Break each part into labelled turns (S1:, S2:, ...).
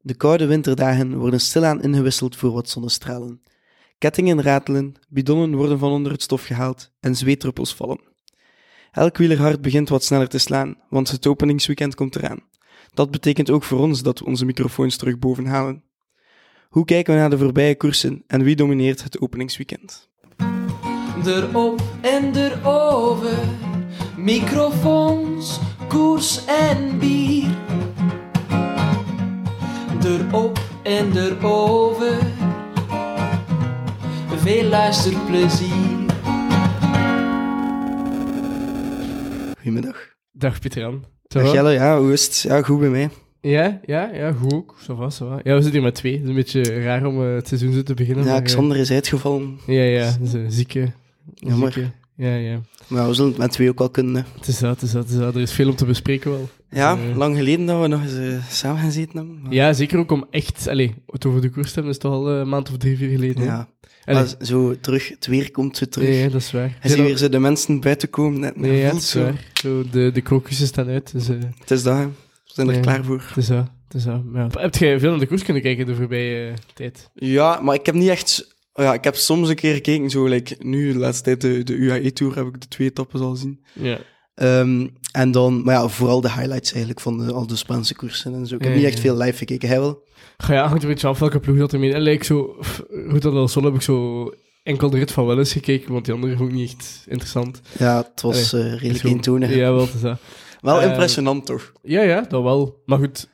S1: De koude winterdagen worden stilaan ingewisseld voor wat zonnestralen. Kettingen ratelen, bidonnen worden van onder het stof gehaald en zweetdruppels vallen. Elk wielerhart begint wat sneller te slaan, want het openingsweekend komt eraan. Dat betekent ook voor ons dat we onze microfoons terug boven halen. Hoe kijken we naar de voorbije koersen en wie domineert het openingsweekend?
S2: Erop en erover, microfoons, koers en bier. Erop en erover, veel luisterplezier.
S1: Goedemiddag.
S3: Dag Pieter-Jan. Ça
S1: Dag
S3: va?
S1: Jelle, ja, hoe is het? Ja, goed bij mij.
S3: Ja, ja, ja, goed ook. Ça va, ça va. Ja, we zitten hier met twee. Het is een beetje raar om eh, het seizoen zo te beginnen.
S1: Ja,
S3: maar, eh,
S1: Xander is uitgevallen.
S3: Ja, ja, dat is een zieke.
S1: Jammer.
S3: zieke. Ja, ja.
S1: Maar ja, we zullen het met twee ook al kunnen. hè.
S3: Het is dat, het is dat, het is dat. Er is veel om te bespreken wel.
S1: Ja,
S3: Eh.
S1: lang geleden dat we nog eens eh, samen gaan zitten hebben. maar-
S3: Ja, zeker ook om echt... Allee, het over de koers te hebben is toch al eh, een maand of drie, vier geleden. hè?
S1: Ja,
S3: Allee,
S1: maar zo terug, het weer komt zo terug.
S3: nee, hè, dat is waar.
S1: Hij ziet weer zo de mensen buiten komen. Net,
S3: Nee, ja,
S1: voelt
S3: dat is
S1: zo.
S3: waar. Zo, de, de krokussen staan uit, dus eh,
S1: Het is dat, hè. we zijn er
S3: Ja.
S1: klaar voor.
S3: het is dat. Het is dat. Ja. Heb jij veel naar de koers kunnen kijken de voorbije eh, tijd?
S1: Ja, maar ik heb niet echt... Ja, ik heb soms een keer gekeken, zo like, nu, de laatste tijd, de, de UAE-tour heb ik de twee etappes al gezien.
S3: Ja.
S1: Ehm, en dan, maar ja, vooral de highlights eigenlijk van de, al de Spaanse koersen en zo. Ik heb
S3: Ja,
S1: niet
S3: ja,
S1: echt
S3: ja.
S1: veel live gekeken, hij wel.
S3: Ga ja, hangt een beetje af welke ploeg dat er mee. En like, zo, pff, Ruta del Sol heb ik zo enkel de rit van wel eens gekeken, want die andere vond ik niet echt interessant.
S1: Ja, het was eh, redelijk
S3: Zo-
S1: eentonig.
S3: Ja, wel te zeggen.
S1: Wel
S3: Eh,
S1: impressionant, toch?
S3: Ja, ja, dat wel. Maar goed,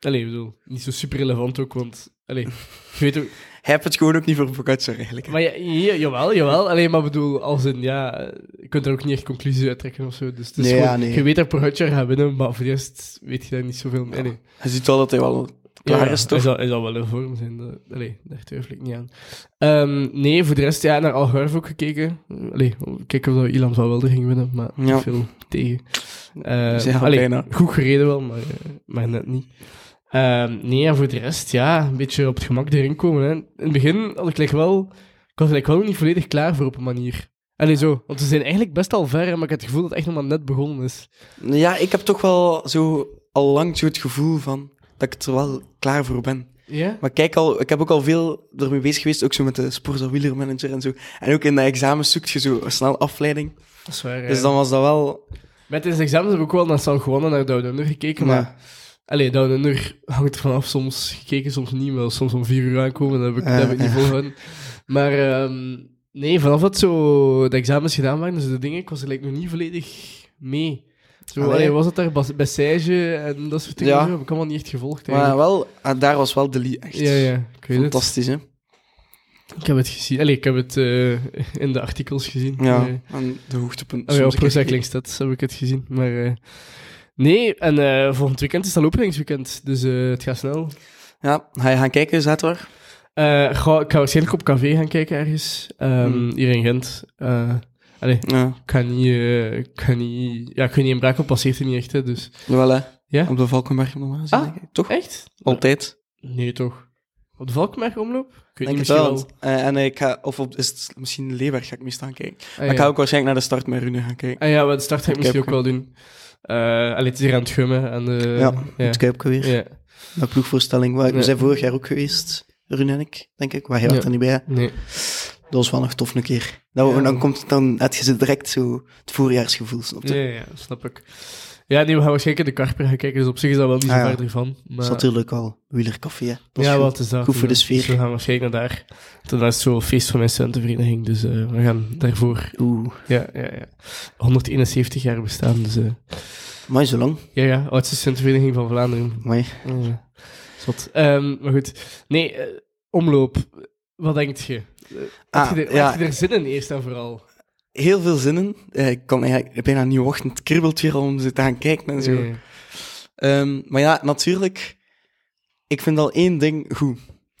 S3: allee, ik bedoel, niet zo super relevant ook, want allee, je weet ook.
S1: Hij heeft het gewoon ook niet voor Pogacar eigenlijk. hè.
S3: Maar ja, ja, jawel, jawel. Alleen maar bedoel, als in ja, eh, je kunt er ook niet echt conclusies uit trekken of zo. Dus het is
S1: Nee,
S3: gewoon,
S1: ja, nee.
S3: je weet dat Pogacar gaat winnen, maar voor de rest weet je daar niet zoveel mee. Nee.
S1: Hij ziet wel dat hij wel klaar is,
S3: Hij
S1: toch?
S3: zal, hij zal wel in vorm zijn. dat- allee, daar twijfel ik niet aan. Ehm, nee, voor de rest, ja, naar Algarve ook gekeken. Allee, kijken of dat Ilan van Wilder ging winnen, maar
S1: Ja.
S3: veel tegen. Eh,
S1: Dus ja,
S3: allee,
S1: bijna.
S3: Goed gereden wel, maar, eh, maar net niet. Ehm, nee, en voor de rest, ja, een beetje op het gemak erin komen. Hè. In het begin had ik like wel... Ik was like wel niet volledig klaar voor op een manier. Allee, zo. Want we zijn eigenlijk best al ver, hè, maar ik had het gevoel dat het echt nog maar net begonnen is.
S1: Ja, ik heb toch wel zo al lang zo het gevoel van dat ik er wel klaar voor ben.
S3: Ja?
S1: Maar kijk al, ik heb ook al veel ermee bezig geweest, ook zo met de Sporza wielermanager en zo. En ook in de examens zoekt je zo snel afleiding.
S3: Dat is waar.
S1: Dus dan was dat wel...
S3: Met deze examens heb ik wel naar San Juan en naar Down Under gekeken, maar...
S1: Ja,
S3: Allee, Down Under hangt er vanaf. Soms gekeken, soms niet. Wel soms om vier uur aankomen, dat heb ik,
S1: Ja,
S3: dat heb ik niet
S1: ja.
S3: volgehouden. Maar ehm, nee, vanaf dat zo de examens gedaan waren, dus de dingen, ik was er like, nog niet volledig mee. Zo,
S1: Allee.
S3: allee, was het daar bas- Bessage en dat soort dingen?
S1: Ja.
S3: Ja. Heb ik allemaal niet echt gevolgd
S1: maar
S3: eigenlijk.
S1: wel, ah, daar was wel de Lee echt
S3: ja, ja, ik weet het.
S1: fantastisch, hè?
S3: Ik heb het gezien. Allee, ik heb het eh, in de artikels gezien.
S1: Ja,
S3: Eh,
S1: en de hoogtepunt.
S3: Oh ja,
S1: Soms
S3: op
S1: heb ik-
S3: Recycling Stats heb ik het gezien. Maar eh, nee, en eh, volgend weekend is het al openingsweekend, dus eh, het gaat snel.
S1: Ja, ga je gaan kijken zaterdag?
S3: Eh, goh, ik ga waarschijnlijk op café gaan kijken ergens, ehm,
S1: Hmm.
S3: hier in Gent. Eh, allee,
S1: Ja,
S3: ik ga niet, eh, ik ga niet... Ja, ik weet niet, in Brakel passeert er niet echt, hè, dus...
S1: wel hè.
S3: Ja?
S1: Op de Valkenberg normaal gezien,
S3: Ah.
S1: denk ik. Toch?
S3: Echt?
S1: Altijd.
S3: Nee, toch. Op de Valkenberg omloop? Ik weet
S1: Denk
S3: niet,
S1: het
S3: misschien
S1: wel.
S3: wel.
S1: Eh, en ik ga, of op, is het misschien Leeuwerg ga ik mee staan kijken.
S3: Ah,
S1: Maar ik
S3: ja.
S1: ga ook waarschijnlijk naar de start met Rune gaan kijken.
S3: Ah ja, maar de start ga ik
S1: Ik
S3: misschien ook
S1: heb
S3: wel doen. Eh allee, het is hier aan het gummen. En, eh, ja.
S1: het Kuipke weer.
S3: Ja.
S1: De ploegvoorstelling. Waar, We
S3: Ja.
S1: zijn vorig jaar ook geweest, Rune en ik, denk ik. Maar hij was
S3: Ja.
S1: er niet bij. hè.
S3: Nee.
S1: Dat was wel nog tof een keer. Nou,
S3: Ja.
S1: Dan, komt, dan heb je ze direct zo het voorjaarsgevoel, snap je?
S3: Ja, ja, snap ik. Ja, nee, we gaan waarschijnlijk in de Karper gaan kijken, dus op zich is dat wel niet zo
S1: Ah, ja.
S3: ver ervan.
S1: Dat
S3: Maar...
S1: is natuurlijk al wielercafé. hè. Dat is
S3: ja,
S1: goed.
S3: wat is dat?
S1: Goed voor de
S3: Dus
S1: sfeer.
S3: we gaan waarschijnlijk naar daar. Toen was het zo'n feest van mijn studentenvereniging, dus eh, we gaan daarvoor.
S1: Oeh,
S3: Ja, ja, ja. 171 jaar bestaan, dus... eh,
S1: maar zo lang.
S3: ja, ja, oudste studentenvereniging van Vlaanderen.
S1: Amai.
S3: Ja. Zot. Ehm, maar goed. Nee, eh, omloop. Wat denkt je?
S1: Ah,
S3: had, je er,
S1: ja.
S3: had je er zin in, eerst en vooral?
S1: Heel veel zin in. Eh, Ik kan eigenlijk bijna niet wachten. Het kribbelt weer al om ze te gaan kijken en zo.
S3: Ja, ja.
S1: Ehm, maar ja, natuurlijk, ik vind al één ding goed.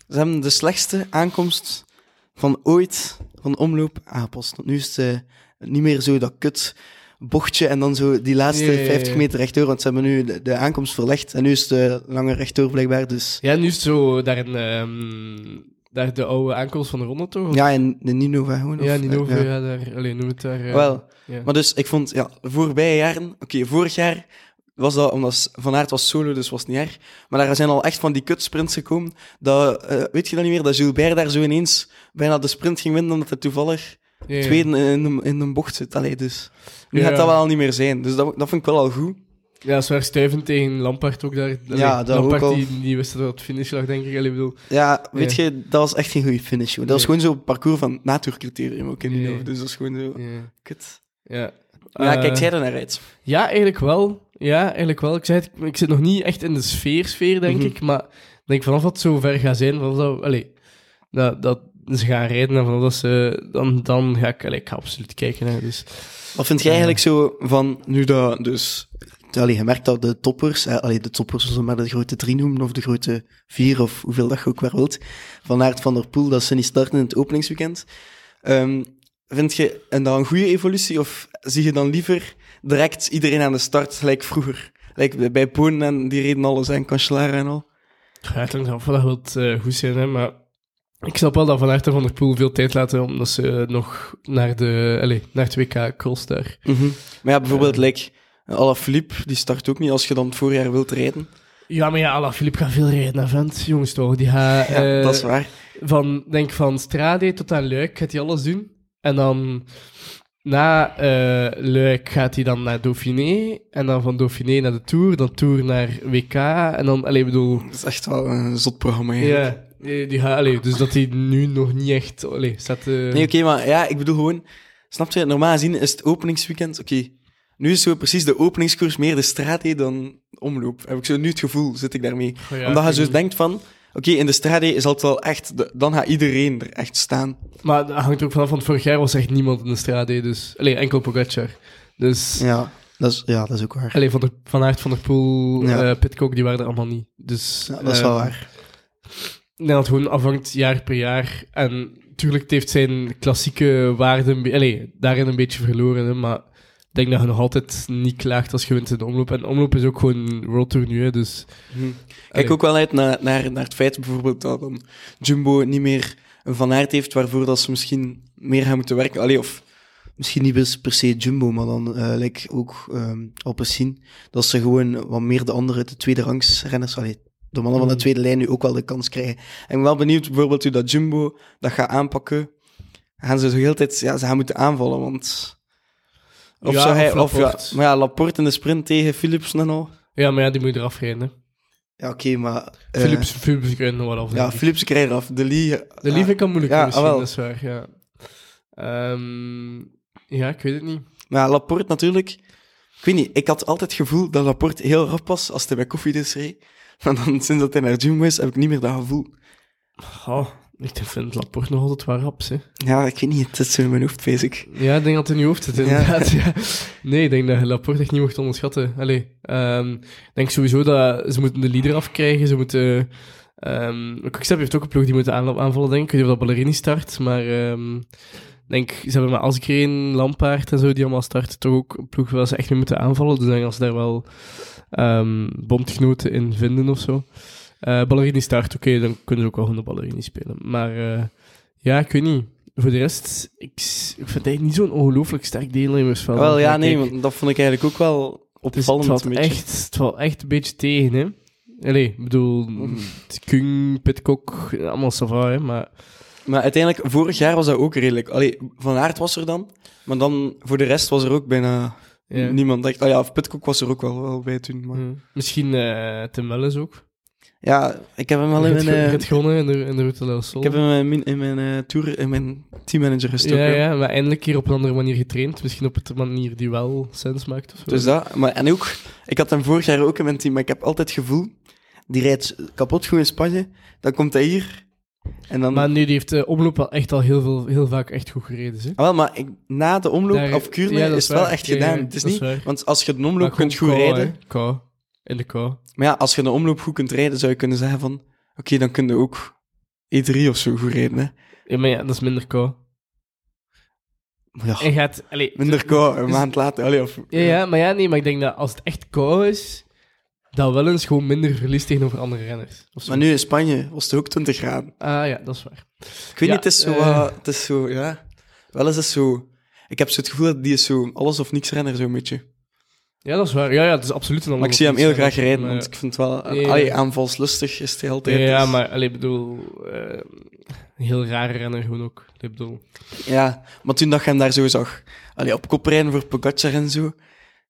S1: Ze hebben de slechtste aankomst van ooit van omloop Apels. Want nu is het eh, niet meer zo dat kut bochtje en dan zo die laatste
S3: Ja, ja, ja, ja.
S1: 50 meter rechtdoor. Want ze hebben nu de, de aankomst verlegd en nu is het eh, langer rechtdoor blijkbaar. Dus
S3: Ja, nu is het zo daar, een, ehm, daar de oude aankomst van de ronde, toch?
S1: ja, en de Ninova gewoon. of-
S3: ja die Novo,
S1: ja.
S3: ja. daar... Allee, noem het daar... eh,
S1: Wel,
S3: ja.
S1: maar dus ik vond ja, de voorbije jaren, oké, vorig jaar was dat omdat Van Aert was solo, dus was het niet erg. Maar daar zijn al echt van die kutsprints gekomen. Dat, eh, weet je dat niet meer? Dat Gilbert daar zo ineens bijna de sprint ging winnen, omdat hij toevallig
S3: Ja, ja.
S1: tweede in een, in een bocht zit. Allee, dus nu
S3: Ja.
S1: gaat dat wel al niet meer zijn. Dus dat, dat vind ik wel al goed.
S3: Ja, zwaar stuiven tegen Lampard ook daar. Allee,
S1: dat ook
S3: Lampard
S1: al.
S3: die, die wist dat het finish lag, denk ik. Allee, ik bedoel,
S1: Ja, weet
S3: Ja.
S1: je, dat was echt geen goede finish. Joh. Dat was
S3: Nee.
S1: gewoon zo'n parcours van natuurcriterium ook in die
S3: Nee.
S1: hoofd. Dus dat is gewoon zo...
S3: ja.
S1: Kut.
S3: Ja,
S1: Ja,
S3: Eh,
S1: kijk jij er naar uit?
S3: Ja, eigenlijk wel. Ja, eigenlijk wel. Ik, zei het, ik zit nog niet echt in de sfeer, sfeer denk
S1: Mhm.
S3: ik. Maar ik denk vanaf dat het zo ver gaat zijn, vanaf dat, allee, dat, dat ze gaan rijden en vanaf dat ze, dan, dan ga ik, allee, ik ga absoluut kijken. Hè, dus.
S1: Wat vind jij eigenlijk zo van nu dat dus... Allee, je merkt dat de toppers, eh, allee, de toppers zullen we maar de grote drie noemen, of de grote vier, of hoeveel dat je ook maar wilt, van Aert van der Poel, dat ze niet starten in het openingsweekend. Ehm, vind je en dat een goede evolutie, of zie je dan liever direct iedereen aan de start, gelijk vroeger? Like bij- bij Poen en die reden alles, en Cancellara en al.
S3: Ja, het hangt af wat dat wilt eh, goed zijn, hè, maar ik snap wel dat Van Aert en Van der Poel veel tijd laten, omdat ze eh, nog naar, de, allee, naar het WK cross daar.
S1: Maar ja, bijvoorbeeld,
S3: Eh.
S1: like, Alaphilippe, die start ook niet als je dan het voorjaar wilt rijden.
S3: Ja, maar ja, Alain Philippe gaat veel rijden naar Vent, jongens toch. Die gaat,
S1: Ja,
S3: eh,
S1: dat is waar.
S3: van, denk van Strade tot aan Luik gaat hij alles doen. En dan na eh, Luik gaat hij dan naar Dauphiné. En dan van Dauphiné naar de Tour. Dan Tour naar WK. En dan, alleen bedoel.
S1: Dat is echt wel een zot programma,
S3: Ja,
S1: eigenlijk.
S3: eh, die gaat, allee, dus dat hij nu nog niet echt. Allee, staat, eh,
S1: Nee, oké, maar ja, ik bedoel gewoon... Snap je, normaal gezien is het openingsweekend... Oké, nu is zo precies de openingskoers meer de straathee dan de omloop. Heb ik zo nu het gevoel, zit ik daarmee.
S3: oh ja,
S1: Omdat je
S3: ik
S1: zo
S3: weet
S1: denkt van... Oké, in de straathee is dat wel echt... de- dan gaat iedereen er echt staan.
S3: niet. Maar dat hangt ook vanaf, want vorig jaar was er echt niemand in de Strade. Dus, allee, enkel Pogacar. Dus.
S1: Ja, dat is, ja, dat is ook waar.
S3: Allee, van, der, van Aert, Van der Poel,
S1: Ja.
S3: eh, Pidcock, die waren er allemaal niet. Dus,
S1: Ja, dat is wel
S3: eh,
S1: waar.
S3: Ik denk dat het gewoon afhangt jaar per jaar. En natuurlijk, het heeft zijn klassieke waarden een be- allee, daarin een beetje verloren. Hè, maar ik denk dat je nog altijd niet klaagt als je wint in de omloop. En de omloop is ook gewoon World Tour nu. Hè, dus,
S1: Hm. Kijk
S3: allee.
S1: ook wel uit naar, naar, naar het feit bijvoorbeeld dat dan Jumbo niet meer een Van Aert heeft waarvoor dat ze misschien meer gaan moeten werken. Allee, of misschien niet best per se Jumbo, maar dan eh lijkt ook ehm Alpecin dat ze gewoon wat meer de andere, de tweede rangsrenners, allee, de mannen van de
S3: Mm.
S1: tweede lijn nu ook wel de kans krijgen. En ik ben wel benieuwd bijvoorbeeld hoe dat Jumbo dat gaat aanpakken. Gaan ze zo heel de tijd, ja, ze gaan moeten aanvallen, want... Of
S3: Ja,
S1: zou hij,
S3: of
S1: of, ja,
S3: Laporte.
S1: maar ja, Laporte in de sprint tegen Philips en al.
S3: Ja, maar ja, die moet eraf rijden. Hè.
S1: Ja, oké, maar... eh,
S3: Philips, Philips kan nog wel af.
S1: ja,
S3: denk ik.
S1: Philips krijgt af. De Lee.
S3: De lieve kan moeilijk
S1: Ja,
S3: misschien,
S1: ah, wel.
S3: dat is waar. Ja. Ehm, ja, ik weet het niet.
S1: Maar ja, Laporte natuurlijk. Ik weet niet, ik had altijd het gevoel dat Laporte heel rap was als hij bij Koffie dus reed. Maar dan, sinds dat hij naar Jumbo is, heb ik niet meer dat gevoel.
S3: Goh, ik vind Laporte nog altijd wel raps. Hè.
S1: Ja, ik weet niet, het zit zo in mijn hoofd, vrees ik.
S3: Ja, ik denk dat het in je hoofd zit, inderdaad. Ja. Nee, ik denk dat je Laporte echt niet mocht onderschatten. Allee, ehm, ik denk sowieso dat ze moeten de leader afkrijgen. Ze moeten... ehm Quickstep heeft ook een ploeg die moeten aanloop aanvallen, denk ik. Ik weet niet of dat Ballerini start, maar... ehm, ik denk, ze hebben maar Asgreen, Lampaard en zo, die allemaal starten, toch ook een ploeg waar ze echt mee moeten aanvallen. Dus ik denk dat ze daar wel ehm bondgenoten in vinden of zo. Eh, Ballerini start, oké, dan kunnen ze ook wel gewoon de Ballerini spelen. Maar eh, ja, ik weet niet. Voor de rest, ik, s- ik vind het eigenlijk niet zo'n ongelooflijk sterk deelnemersveld.
S1: Wel, ja,
S3: Kijk, Dus
S1: nee, want dat vond ik eigenlijk ook wel
S3: het, is,
S1: opvallend.
S3: het, valt
S1: een beetje.
S3: echt, het valt echt een beetje tegen, hè. Allee, ik bedoel,
S1: Mm.
S3: Kung, Pitcock, allemaal savaar, hè, maar...
S1: Maar uiteindelijk, vorig jaar was dat ook redelijk. Allee, Van Aert was er dan, maar dan voor de rest was er ook bijna
S3: Ja. Mm.
S1: niemand. Echt. Oh ja, of Pitcock was er ook wel, wel bij toen. Maar...
S3: Ja. Misschien eh Tim Welles ook.
S1: Ja, ik heb hem wel in
S3: Het
S1: mijn...
S3: ge-
S1: eh,
S3: het gewonnen in de, in de Route de la Sol.
S1: Ik heb hem in mijn, in mijn eh, tour, in mijn teammanager gestoken.
S3: ja, ja, maar eindelijk hier op een andere manier getraind. Misschien op een manier die wel sens maakt of zo.
S1: Dus dat, maar, en ook, ik had hem vorig jaar ook in mijn team, maar ik heb altijd het gevoel, die rijdt kapot goed in Spanje, dan komt hij hier. En dan,
S3: Maar nu, die heeft de omloop wel echt al heel, veel, heel vaak echt goed gereden. Hè?
S1: Ah, wel, maar ik, na de omloop
S3: Daar-
S1: of Kuurne
S3: ja, dat
S1: is
S3: is
S1: het wel
S3: waar.
S1: echt
S3: Ja, ja,
S1: gedaan. het is
S3: dat is
S1: niet,
S3: waar.
S1: want als je de omloop
S3: Maar
S1: kunt goed
S3: gewoon kou,
S1: rijden,
S3: hè. Kou. In de kou.
S1: maar ja, als je de omloop goed kunt rijden, zou je kunnen zeggen van, oké, dan kun je ook E3 of zo goed rijden. Hè.
S3: Ja, maar ja, dat is minder kou.
S1: Maar ja,
S3: En gaat... Allee,
S1: Oh. minder kou, een
S3: dus-
S1: maand later. Allee, of,
S3: Ja, ja, maar ja, nee, maar ik denk dat als het echt kou is, dat wel eens gewoon minder verlies tegenover andere renners. Of zo.
S1: Maar nu in Spanje was het ook 20 graden.
S3: Ah ja, dat is waar.
S1: Ik weet
S3: Ja,
S1: niet, het is zo,
S3: eh.
S1: wat- het is zo, ja. Wel is het zo. Ik heb zo het gevoel dat die is zo alles of niks renner zo'n beetje.
S3: Ja, dat is waar. Ja, ja het is absoluut een
S1: Maar ik zie hem heel graag rijden, want
S3: want
S1: ik vind het wel...
S3: Ja.
S1: Allee, aanvalslustig is hij altijd.
S3: Ja,
S1: dus-
S3: maar allee, ik bedoel, eh, een heel rare renner gewoon ook. Ik bedoel,
S1: Ja, maar toen dat je hem daar zo zag, allee, op kop rijden voor Pogacar en zo,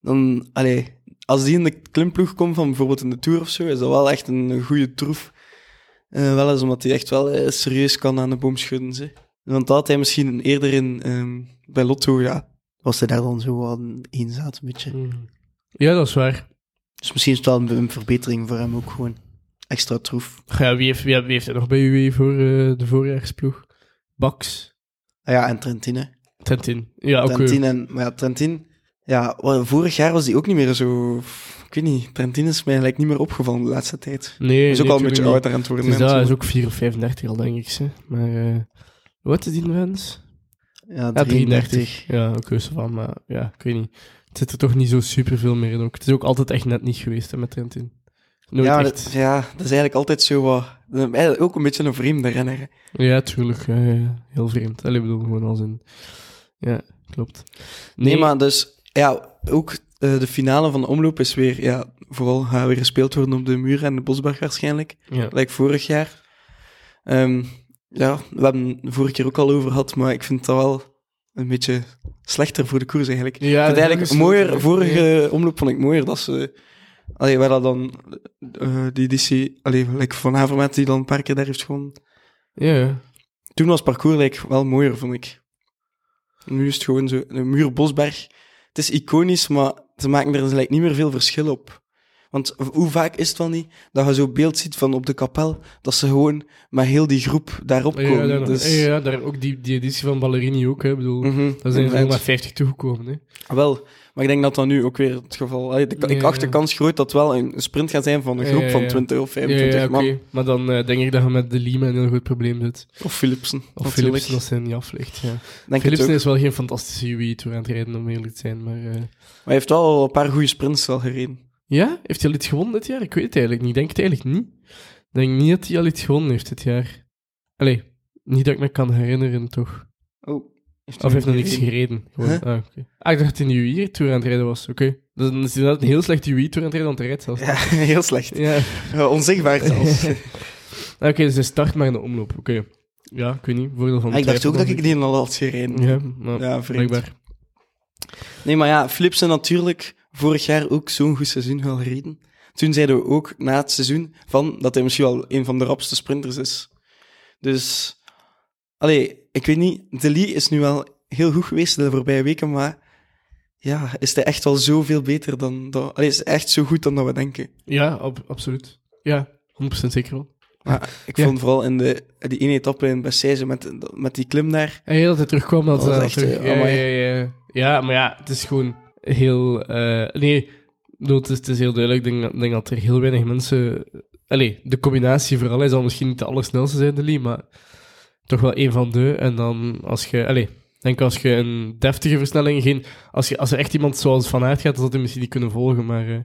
S1: dan, allee, als die in de klimploeg komt van bijvoorbeeld in de Tour of zo, is dat wel echt een goede troef. Eh, wel eens omdat hij echt wel eh, serieus kan aan de boom schudden. Ze. Want dat had hij misschien eerder in, ehm, bij Lotto, ja, was hij daar dan zo aan eenzaad een beetje.
S3: ja, dat is waar.
S1: Dus misschien is het wel een, een verbetering voor hem ook gewoon. Extra troef.
S3: Ja, wie, heeft, wie, heeft- wie heeft er nog bij UE voor eh, de voorjaarsploeg? Bax,
S1: Ah ja, en Trentin, hè.
S3: Trentin. Ja, ook. eh,
S1: Trentin en, maar ja, Trentin, ja, wa- vorig jaar was die ook niet meer zo. Ik weet niet, Trentin is mij eigenlijk niet meer opgevallen de laatste tijd.
S3: nee,
S1: Hij is ook
S3: nee,
S1: al een beetje
S3: tuurlijk
S1: ouder
S3: niet.
S1: aan het worden.
S3: Dus
S1: hè,
S3: dat is
S1: natuurlijk.
S3: ook 4 of 35 al, denk ik. Ze. Maar eh, wat is die mens?
S1: ja,
S3: Ja,
S1: 33.
S3: Ja, oké, zo van, maar ja, ik weet niet. Het zit er toch niet zo superveel meer in ook. Het is ook altijd echt net niet geweest hè, met Trentin. Nooit
S1: Ja, maar
S3: echt.
S1: dat, ja, dat is eigenlijk altijd zo wat. Eigenlijk ook een beetje een vreemde renner. hè.
S3: Ja, tuurlijk. Ja, ja, ja. Heel vreemd. Allee, ik bedoel, gewoon als in... Ja, klopt.
S1: Nee, maar dus, ja, ook eh, de finale van de omloop is weer, ja, vooral gaat weer gespeeld worden op de muur en de Bosberg waarschijnlijk.
S3: Ja.
S1: Like vorig jaar. Ehm, ja, we hebben het vorige keer ook al over gehad, maar ik vind dat wel een beetje slechter voor de koers eigenlijk.
S3: Ja,
S1: ik vind het
S3: dat
S1: eigenlijk
S3: is
S1: mooier,
S3: goed.
S1: vorige omloop vond ik mooier dat ze... Allee, waar dat dan eh, die DC... Allee, like Van Avermaet die dan een paar keer daar heeft gewoon...
S3: Ja, ja.
S1: Toen was het parcours like, wel mooier, vond ik. Nu is het gewoon zo, de muur Bosberg. Het is iconisch, maar ze maken er like, niet meer veel verschil op. Want hoe vaak is het wel niet dat je zo'n beeld ziet van op de kapel, dat ze gewoon met heel die groep daarop
S3: Ja,
S1: komen.
S3: daar, nog-
S1: dus,
S3: ja, daar ook die, die editie van Ballerini ook, hè. Ik bedoel,
S1: Mhm,
S3: daar zijn ze nog
S1: inderdaad.
S3: maar 50 toegekomen, hè.
S1: Wel, maar ik denk dat dat nu ook weer het geval is. Ik
S3: Ja,
S1: acht de
S3: ja.
S1: kans groot dat het wel een sprint gaat zijn van een
S3: Ja,
S1: groep
S3: ja,
S1: van
S3: ja.
S1: 20 of
S3: Ja,
S1: 25
S3: ja, oké.
S1: man.
S3: Maar dan eh, denk ik dat je met de Lima een heel goed probleem zit.
S1: Of Philipsen.
S3: Of
S1: natuurlijk.
S3: Philipsen als hij niet aflegt, ja.
S1: Denk het ook.
S3: Philipsen is wel geen fantastische UE-tour aan het rijden, om eerlijk te zijn, maar... eh,
S1: Maar hij heeft wel een paar goede sprints al gereden.
S3: Ja? Heeft hij al iets gewonnen dit jaar? Ik weet het eigenlijk niet. Ik denk het eigenlijk niet. Ik denk niet dat hij al iets gewonnen heeft dit jaar. Allee, niet dat ik me kan herinneren, toch?
S1: Oh, heeft
S3: Of heeft nog niks
S1: gereden?
S3: gereden? Gewoon.
S1: Huh?
S3: Ah, oké. ah, ik dacht dat hij een UI-tour aan het rijden was. Oké. Dus Dan is hij inderdaad een heel slechte UI-tour aan het rijden, want hij rijdt zelfs.
S1: Ja, heel slecht.
S3: Ja.
S1: Ja, eh, onzichtbaar zelfs.
S3: Ah, Oké, dus hij start maar in de omloop. Oké. Ja, ik weet niet. Voordeel van de
S1: Ah, ik dacht
S3: twijfel
S1: ook dat
S3: dan
S1: ik die al had gereden.
S3: zeker. Ja, maar
S1: Ja, vreemd.
S3: blijkbaar.
S1: Nee, maar ja, Philipsen natuurlijk vorig jaar ook zo'n goed seizoen wel gereden. Toen zeiden we ook na het seizoen van dat hij misschien wel een van de rapste sprinters is. Dus, allee, ik weet niet, De Lee is nu wel heel goed geweest de voorbije weken, maar ja, is hij echt wel zoveel beter dan dat... Allee, is hij echt zo goed dan dat we denken.
S3: Ja, ab- absoluut. Ja, 100% zeker wel.
S1: Maar ik
S3: Ja.
S1: vond vooral in de, die ene etappe in Bessèze met, met die klim daar,
S3: En heel dat hij terugkwam, dat,
S1: Dat was
S3: eh,
S1: echt,
S3: terug-
S1: eh,
S3: ja, ja,
S1: amai.
S3: ja, ja. Ja, maar ja, het is gewoon heel... eh, nee, ik bedoel, het is, het is heel duidelijk. Ik denk, ik denk dat er heel weinig mensen... Allee, de combinatie vooral. Hij zal misschien niet de allersnelste zijn, de Lee, maar toch wel één van de. En dan als je... Allee, ik denk als je een deftige versnelling... Geen, als, je, als er echt iemand zoals Van Aert gaat, dan zal hij misschien niet kunnen volgen, maar... eh,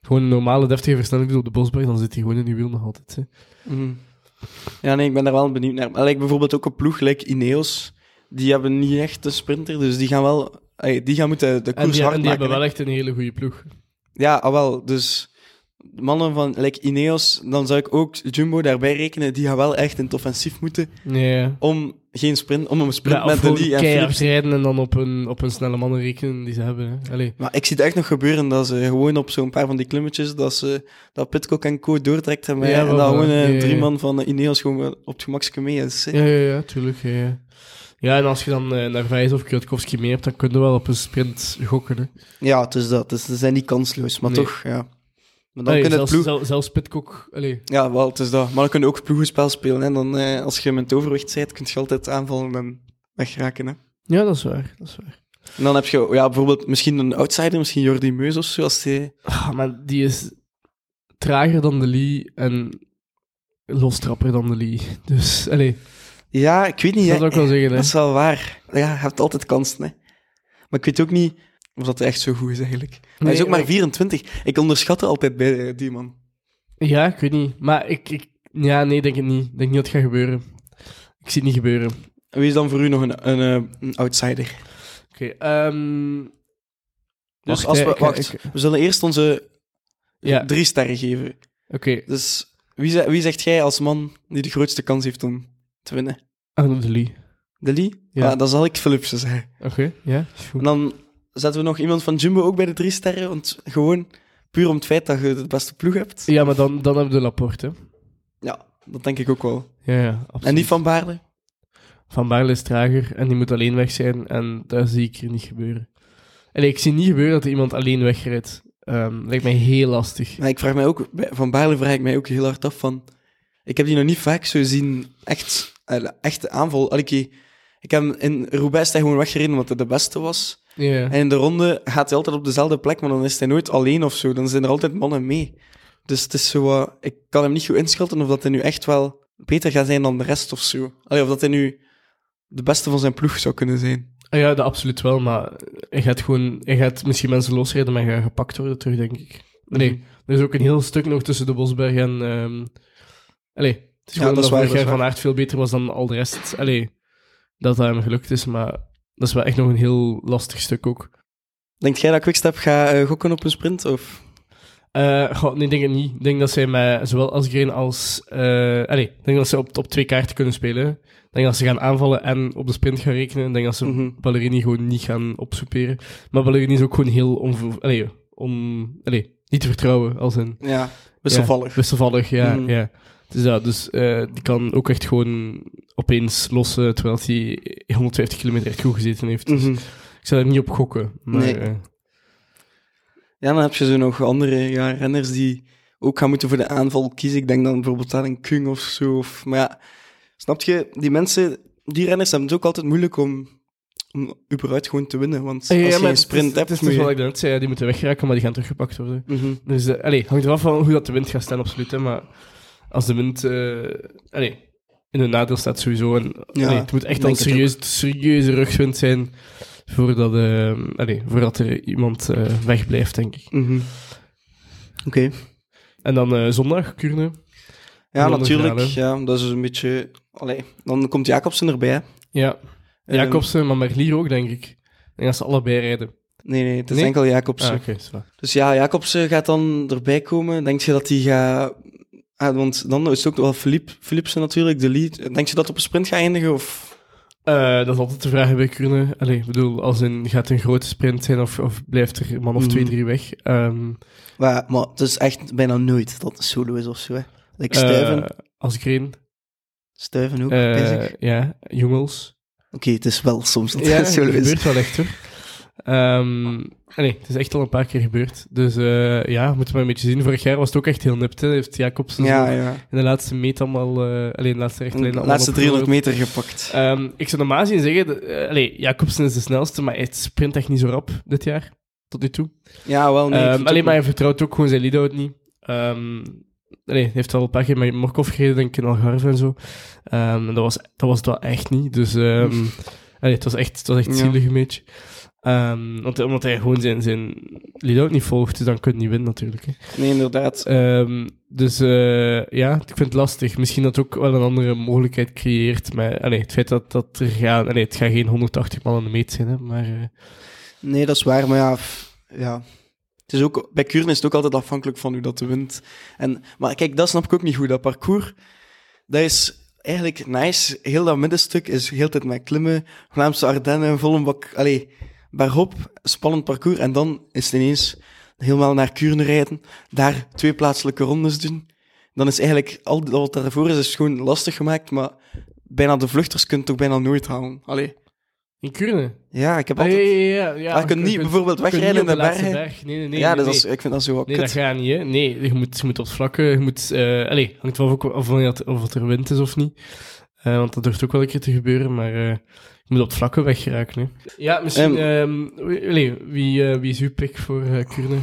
S3: gewoon een normale deftige versnelling doet op de Bosberg, dan zit hij gewoon in die wiel nog altijd. Hè.
S1: Mhm. Ja, nee, ik ben daar wel benieuwd naar. Maar like, bijvoorbeeld ook een ploeg, like Ineos, die hebben niet echt een sprinter, dus die gaan wel... ey, die gaan moeten de
S3: En
S1: koers
S3: die, en
S1: hard
S3: die
S1: maken.
S3: hebben
S1: hè.
S3: wel echt een hele goede ploeg.
S1: Ja, ah, wel. Dus de mannen van like Ineos, dan zou ik ook Jumbo daarbij rekenen, die gaan wel echt in het offensief moeten
S3: Ja.
S1: om geen sprint, om een sprint
S3: Ja,
S1: met
S3: of
S1: de
S3: Nou, gewoon
S1: Lee en
S3: keihard
S1: Philips.
S3: rijden en dan op een, op een snelle mannen rekenen die ze hebben. Hè. Allee.
S1: Maar ik zie het echt nog gebeuren dat ze gewoon op zo'n paar van die klimmetjes, dat, ze, dat Pitcock en Co. doortrekt en,
S3: Ja,
S1: en
S3: wel,
S1: dat gewoon
S3: ja,
S1: eh,
S3: ja, ja.
S1: drie man van eh, Ineos gewoon op het gemakske mee is. hè.
S3: Ja, ja, ja, tuurlijk. Ja, ja. ja, en als je dan eh, naar Vijs of Kwiatkowski mee hebt, dan kun je wel op een sprint gokken. Hè.
S1: Ja, het is dat. Dus ze zijn niet kansloos, maar
S3: Nee.
S1: toch, ja. Maar dan
S3: Allee,
S1: kunnen
S3: zelfs,
S1: ploeg...
S3: zel- zelfs Pitcock. Allee.
S1: Ja, wel, het is dat. Maar dan kunnen ook ploegenspel spelen. En dan, eh, als je met overwicht bent, kun je altijd aanvallen en wegraken. Hè.
S3: Ja, dat is waar. Dat is waar.
S1: En dan heb je ja, bijvoorbeeld misschien een outsider, misschien Jordi Meus of zo. Als die...
S3: Ah, maar die is trager dan de Lee en lostrapper dan de Lee. Dus, allee,
S1: Ja, ik weet
S3: dat
S1: niet.
S3: zou
S1: hè.
S3: ik wel zeggen. Hè.
S1: Dat is wel waar. Ja, je hebt altijd kansen. Hè. Maar ik weet ook niet of dat echt zo goed is eigenlijk. Maar hij is
S3: Nee,
S1: ook maar
S3: maar-
S1: 24. Ik onderschat er altijd bij eh, die man.
S3: Ja, ik weet niet. Maar ik, ik... Ja, nee, denk het niet. Ik denk niet dat het gaat gebeuren. Ik zie het niet gebeuren.
S1: En wie is dan voor u nog een, een, eh, een outsider?
S3: Oké, ehm,
S1: Dus
S3: Wacht,
S1: als
S3: hè,
S1: we,
S3: ik-
S1: wacht,
S3: ik-
S1: we zullen eerst onze
S3: Ja, oké.
S1: drie sterren geven. Dus wie, ze- wie zegt jij als man die de grootste kans heeft om te winnen?
S3: Arno de Lee.
S1: Deli?
S3: Ja.
S1: Ja. dan zal ik Philipsen zeggen.
S3: Oké, ja, is goed.
S1: En dan zetten we nog iemand van Jumbo ook bij de drie sterren, want gewoon puur om het feit dat je de beste ploeg hebt.
S3: Ja, maar dan, dan hebben we de Laporte. hè.
S1: Ja, dat denk ik ook wel.
S3: Ja, ja, absoluut.
S1: En die van Baarle?
S3: Van Baarle is trager en die moet alleen weg zijn. En daar zie ik er niet gebeuren. En ik zie niet gebeuren dat er iemand alleen wegrijdt. Ehm, lijkt mij heel lastig.
S1: Maar ik vraag mij ook, bij van Baarle vraag ik mij ook heel hard af van... Ik heb die nog niet vaak zo zien, echt, eh, echt aanval. Allee, ik heb hem in Roubaix is hij gewoon weggereden omdat hij de beste was.
S3: Ja.
S1: En in de ronde gaat hij altijd op dezelfde plek, maar dan is hij nooit alleen of zo. Dan zijn er altijd mannen mee. Dus het is zo, wat- ik kan hem niet goed inschatten of dat hij nu echt wel beter gaat zijn dan de rest of zo. Allee, of dat hij nu de beste van zijn ploeg zou kunnen zijn.
S3: Ah ja, dat absoluut wel. Maar je gaat, gewoon, je gaat misschien mensen losrijden, maar je gaat gepakt worden terug, denk ik.
S1: Mhm.
S3: Nee, er is ook een heel stuk nog tussen de Bosberg en... ehm Allee, het
S1: Ja, dat
S3: is gewoon dat,
S1: is waar, dat is
S3: Vorig jaar Van
S1: waar.
S3: Aert veel beter was dan al de rest. Allee, dat dat hem gelukt is, maar dat is wel echt nog een heel lastig stuk ook.
S1: Denkt jij dat Quickstep gaat eh, gokken op een sprint? Of?
S3: Eh, goh, nee, ik denk het niet. Ik denk dat zij met zowel Asgreen als... eh allee, ik denk dat ze op, op twee kaarten kunnen spelen. Ik denk dat ze gaan aanvallen en op de sprint gaan rekenen. Ik denk dat ze
S1: Mhm.
S3: Ballerini gewoon niet gaan opsoeperen. Maar Ballerini is ook gewoon heel onvo- allee, on, allee, niet te vertrouwen. Als een
S1: Ja, wisselvallig.
S3: wisselvallig, ja.
S1: Mhm.
S3: ja. Dus, ja, dus eh, die kan ook echt gewoon opeens lossen, terwijl hij 150 kilometer echt goed gezeten heeft. Dus
S1: Mhm.
S3: ik zou daar niet op gokken. Maar,
S1: Nee.
S3: eh,
S1: Ja, dan heb je zo nog andere ja, renners die ook gaan moeten voor de aanval kiezen. Ik denk dan bijvoorbeeld aan een Kung of zo. Of, maar ja, snap je? Die mensen, die renners hebben het ook altijd moeilijk om, om überhaupt gewoon te winnen. Want als je
S3: maar
S1: een sprint
S3: het is, dus
S1: hebt,
S3: het is
S1: moet
S3: wat
S1: je...
S3: ik net zei, ja, die moeten weggeraken, maar die gaan teruggepakt worden.
S1: Mhm.
S3: Dus, eh, allee, hangt eraf van hoe dat de wind gaat staan, absoluut. Hè, maar als de wind eh, allee, in hun nadeel staat, sowieso. En,
S1: Ja,
S3: allee, het moet echt
S1: ik
S3: al een
S1: denk het
S3: serieus, serieuze rugwind zijn voordat, eh, allee, voordat er iemand eh, wegblijft, denk ik.
S1: Mhm. Oké.
S3: En dan eh, zondag, Kurne.
S1: Ja,
S3: Ronde
S1: natuurlijk.
S3: verhalen.
S1: Ja, dat is een beetje... Allee, dan komt Jacobsen erbij, hè.
S3: Ja,
S1: Ehm,
S3: Jacobsen, maar Merlier ook, denk ik. Ik denk dat ze allebei rijden.
S1: nee, nee, het is
S3: Nee?
S1: enkel Jacobsen.
S3: Ah, oké, is waar.
S1: Dus ja, Jacobsen gaat dan erbij komen. Denk je dat die gaat... Ah, want dan is het ook wel Philippe, Philipsen natuurlijk, de lead. Denk je dat op een sprint gaat eindigen? Of...
S3: Eh, dat is altijd de vraag bij Kurne. Allee, ik bedoel, als in, gaat het een grote sprint zijn of, of blijft er een man of twee,
S1: Mhm.
S3: drie weg? Ehm,
S1: Maar, maar het is echt bijna nooit dat het een solo is of zo. Hè. Like
S3: eh,
S1: Stuiven,
S3: als Green.
S1: Stuiven ook,
S3: Eh,
S1: bezig. Oké,
S3: ja, jongels.
S1: het is wel soms dat
S3: Ja,
S1: het een
S3: het
S1: solo is.
S3: gebeurt wel echt hoor. Ehm, nee, het is echt al een paar keer gebeurd. Dus eh, ja, moeten we maar een beetje zien. Vorig jaar was het ook echt heel nipt. Hè. Heeft Jacobsen
S1: Ja,
S3: zo
S1: ja.
S3: in de laatste meet allemaal... eh alleen de laatste
S1: De
S3: rechtlijn allemaal
S1: laatste 300
S3: opgerold.
S1: meter gepakt.
S3: Ehm, ik zou normaal zien zeggen... dat, eh, allee, Jacobsen is de snelste, maar hij sprint echt niet zo rap dit jaar. Tot nu toe.
S1: Ja, wel, nee. ik
S3: Ehm,
S1: vind het
S3: alleen
S1: ook
S3: maar hij vertrouwt ook gewoon zijn leadout niet. Ehm, nee, hij heeft wel een paar keer met Morkov gereden, denk ik, in Algarve en zo. Ehm, en dat, was, dat was het wel echt niet. Dus ehm, allee, het was echt, het was echt
S1: Ja.
S3: zielig een beetje. Ehm, want, omdat hij gewoon zijn, zijn leadout niet volgt, dus dan kun je niet winnen natuurlijk. hè.
S1: niet- Nee, inderdaad.
S3: Ehm, dus eh, ja, ik vind het lastig. Misschien dat het ook wel een andere mogelijkheid creëert. Maar allee, het feit dat, dat er gaan... Allee, het gaan geen 180 man aan de meet zijn, hè, maar... eh,
S1: Nee, dat is waar, maar ja... pff, ja. Het is ook, bij Kuren is het ook altijd afhankelijk van hoe dat de wind... En, maar kijk, dat snap ik ook niet goed. Dat parcours, dat is eigenlijk nice. Heel dat middenstuk is heel de tijd met klimmen. Vlaamse Ardennen, volle bak... Allee, bergop, spannend parcours. En dan is het ineens helemaal naar Kuren rijden. Daar twee plaatselijke rondes doen. Dan is eigenlijk... Al dat wat daarvoor is, is gewoon lastig gemaakt. Maar bijna de vluchters kun je toch bijna nooit halen. Allee.
S3: in Kuurne?
S1: Ja, ik heb
S3: Ah,
S1: altijd...
S3: ja, ja, ja, ja.
S1: Maar je kunt
S3: Je
S1: niet
S3: kunt-
S1: bijvoorbeeld
S3: Kun je
S1: wegrijden in
S3: niet
S1: de
S3: op laatste
S1: bergen.
S3: berg. Nee, nee, nee.
S1: ja,
S3: nee,
S1: dat is,
S3: nee.
S1: ik vind dat zo wel
S3: Nee, dat
S1: kut.
S3: gaat niet, hè. Nee, je moet, je moet op vlakken, je moet... eh allee, hangt wel ook af van dat- of het er wind is of niet. Eh, want dat durft ook wel een keer te gebeuren, maar eh, je moet op vlakken weggeraken, hè. Ja, misschien... ehm, wie- allee, wie, eh, wie is uw pick voor eh Kurne?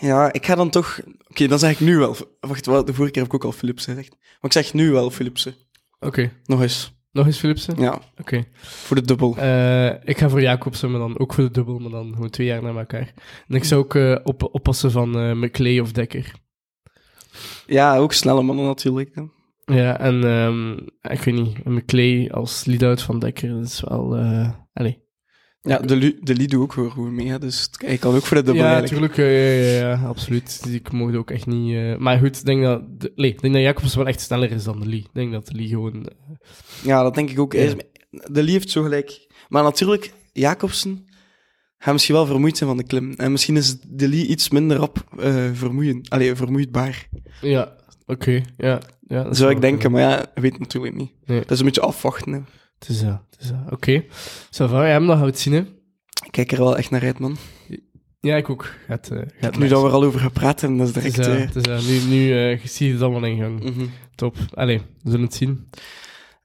S1: Ja, ik ga dan toch... Oké, dan zeg ik nu wel... Wacht, wel, de vorige keer heb ik ook al Philipsen gezegd. Maar ik zeg nu wel Philipsen.
S3: Oké.
S1: Nog eens.
S3: Nog eens Philipsen?
S1: Ja,
S3: Oké.
S1: voor de dubbel.
S3: Eh, ik ga voor Jacobsen, maar dan ook voor de dubbel, maar dan gewoon twee jaar na elkaar. En ik zou ook eh, op, oppassen van eh McLeay of Dekker.
S1: Ja, ook snelle mannen natuurlijk. hè.
S3: Ja, en ehm, ik weet niet, McLeay als lead-out van Dekker, dat is wel... eh allee,
S1: Ja, de, Lu- de Lee doet ook gewoon goed mee, hè, dus het- hij kan ook voor de dubbel
S3: ja,
S1: eigenlijk.
S3: natuurlijk. eh, ja, ja, ja, absoluut. Die- Ik mocht ook echt niet... eh, Maar goed, ik denk dat, de, nee, ik denk dat Jacobs wel echt sneller is dan de Lee. Ik denk dat de Lee gewoon... eh,
S1: Ja, dat denk ik ook.
S3: Ja.
S1: Eerst- De Lee heeft zo gelijk. Maar natuurlijk, Jacobsen gaat misschien wel vermoeid zijn van de klim. En misschien is de Lee iets minder rap eh vermoeien. Allee, vermoeidbaar.
S3: Ja, oké. ja, ja, dat
S1: Zou
S3: zou
S1: ik denken, maar ja, ik weet natuurlijk niet.
S3: Nee.
S1: Dat is een beetje afwachten. Hè.
S3: Het is dat, het is dat. Oké. Ça va, ja, maar dat houdt zien, hè.
S1: Ik kijk er wel echt naar uit, man.
S3: Ja, ik ook. Gaat, eh gaat
S1: Nu
S3: nice.
S1: dat we er al over gepraat hebben, dat is
S3: Het is,
S1: direct...
S3: eh,
S1: eh,
S3: het is, eh, nu nu eh, zie je het allemaal in gang.
S1: mhm.
S3: Top. Allee, we zullen het zien.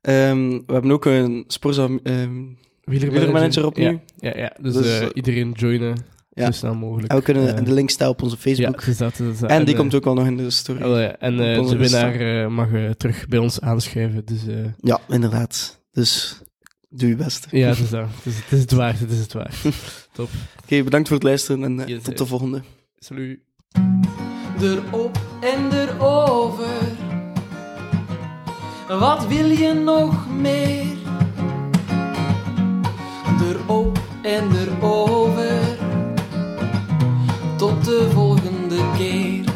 S1: Ehm, we hebben ook een sportzaal ehm wielermanager opnieuw.
S3: Ja, ja, ja. dus,
S1: Dus,
S3: eh,
S1: eh,
S3: iedereen joinen
S1: ja.
S3: zo snel mogelijk.
S1: En we kunnen
S3: Eh,
S1: de link staan op onze
S3: ja,
S1: Facebook.
S3: het is dat, het is dat.
S1: en die
S3: eh,
S1: komt ook wel nog in de story.
S3: wel, ja, en eh,
S1: op onze
S3: de winnaar
S1: Insta.
S3: eh, mag eh, terug bij ons aanschrijven. Dus eh,
S1: Ja, inderdaad. Dus doe je best. Oké,
S3: ja, het is, dat. Het, is, het is het waard. Het is het waard. Top.
S1: bedankt voor het luisteren en eh,
S3: Yes,
S1: tot
S3: eh.
S1: de volgende.
S3: Salut.
S2: erop en erover. Wat wil je nog meer? Erop en erover. Tot de volgende keer.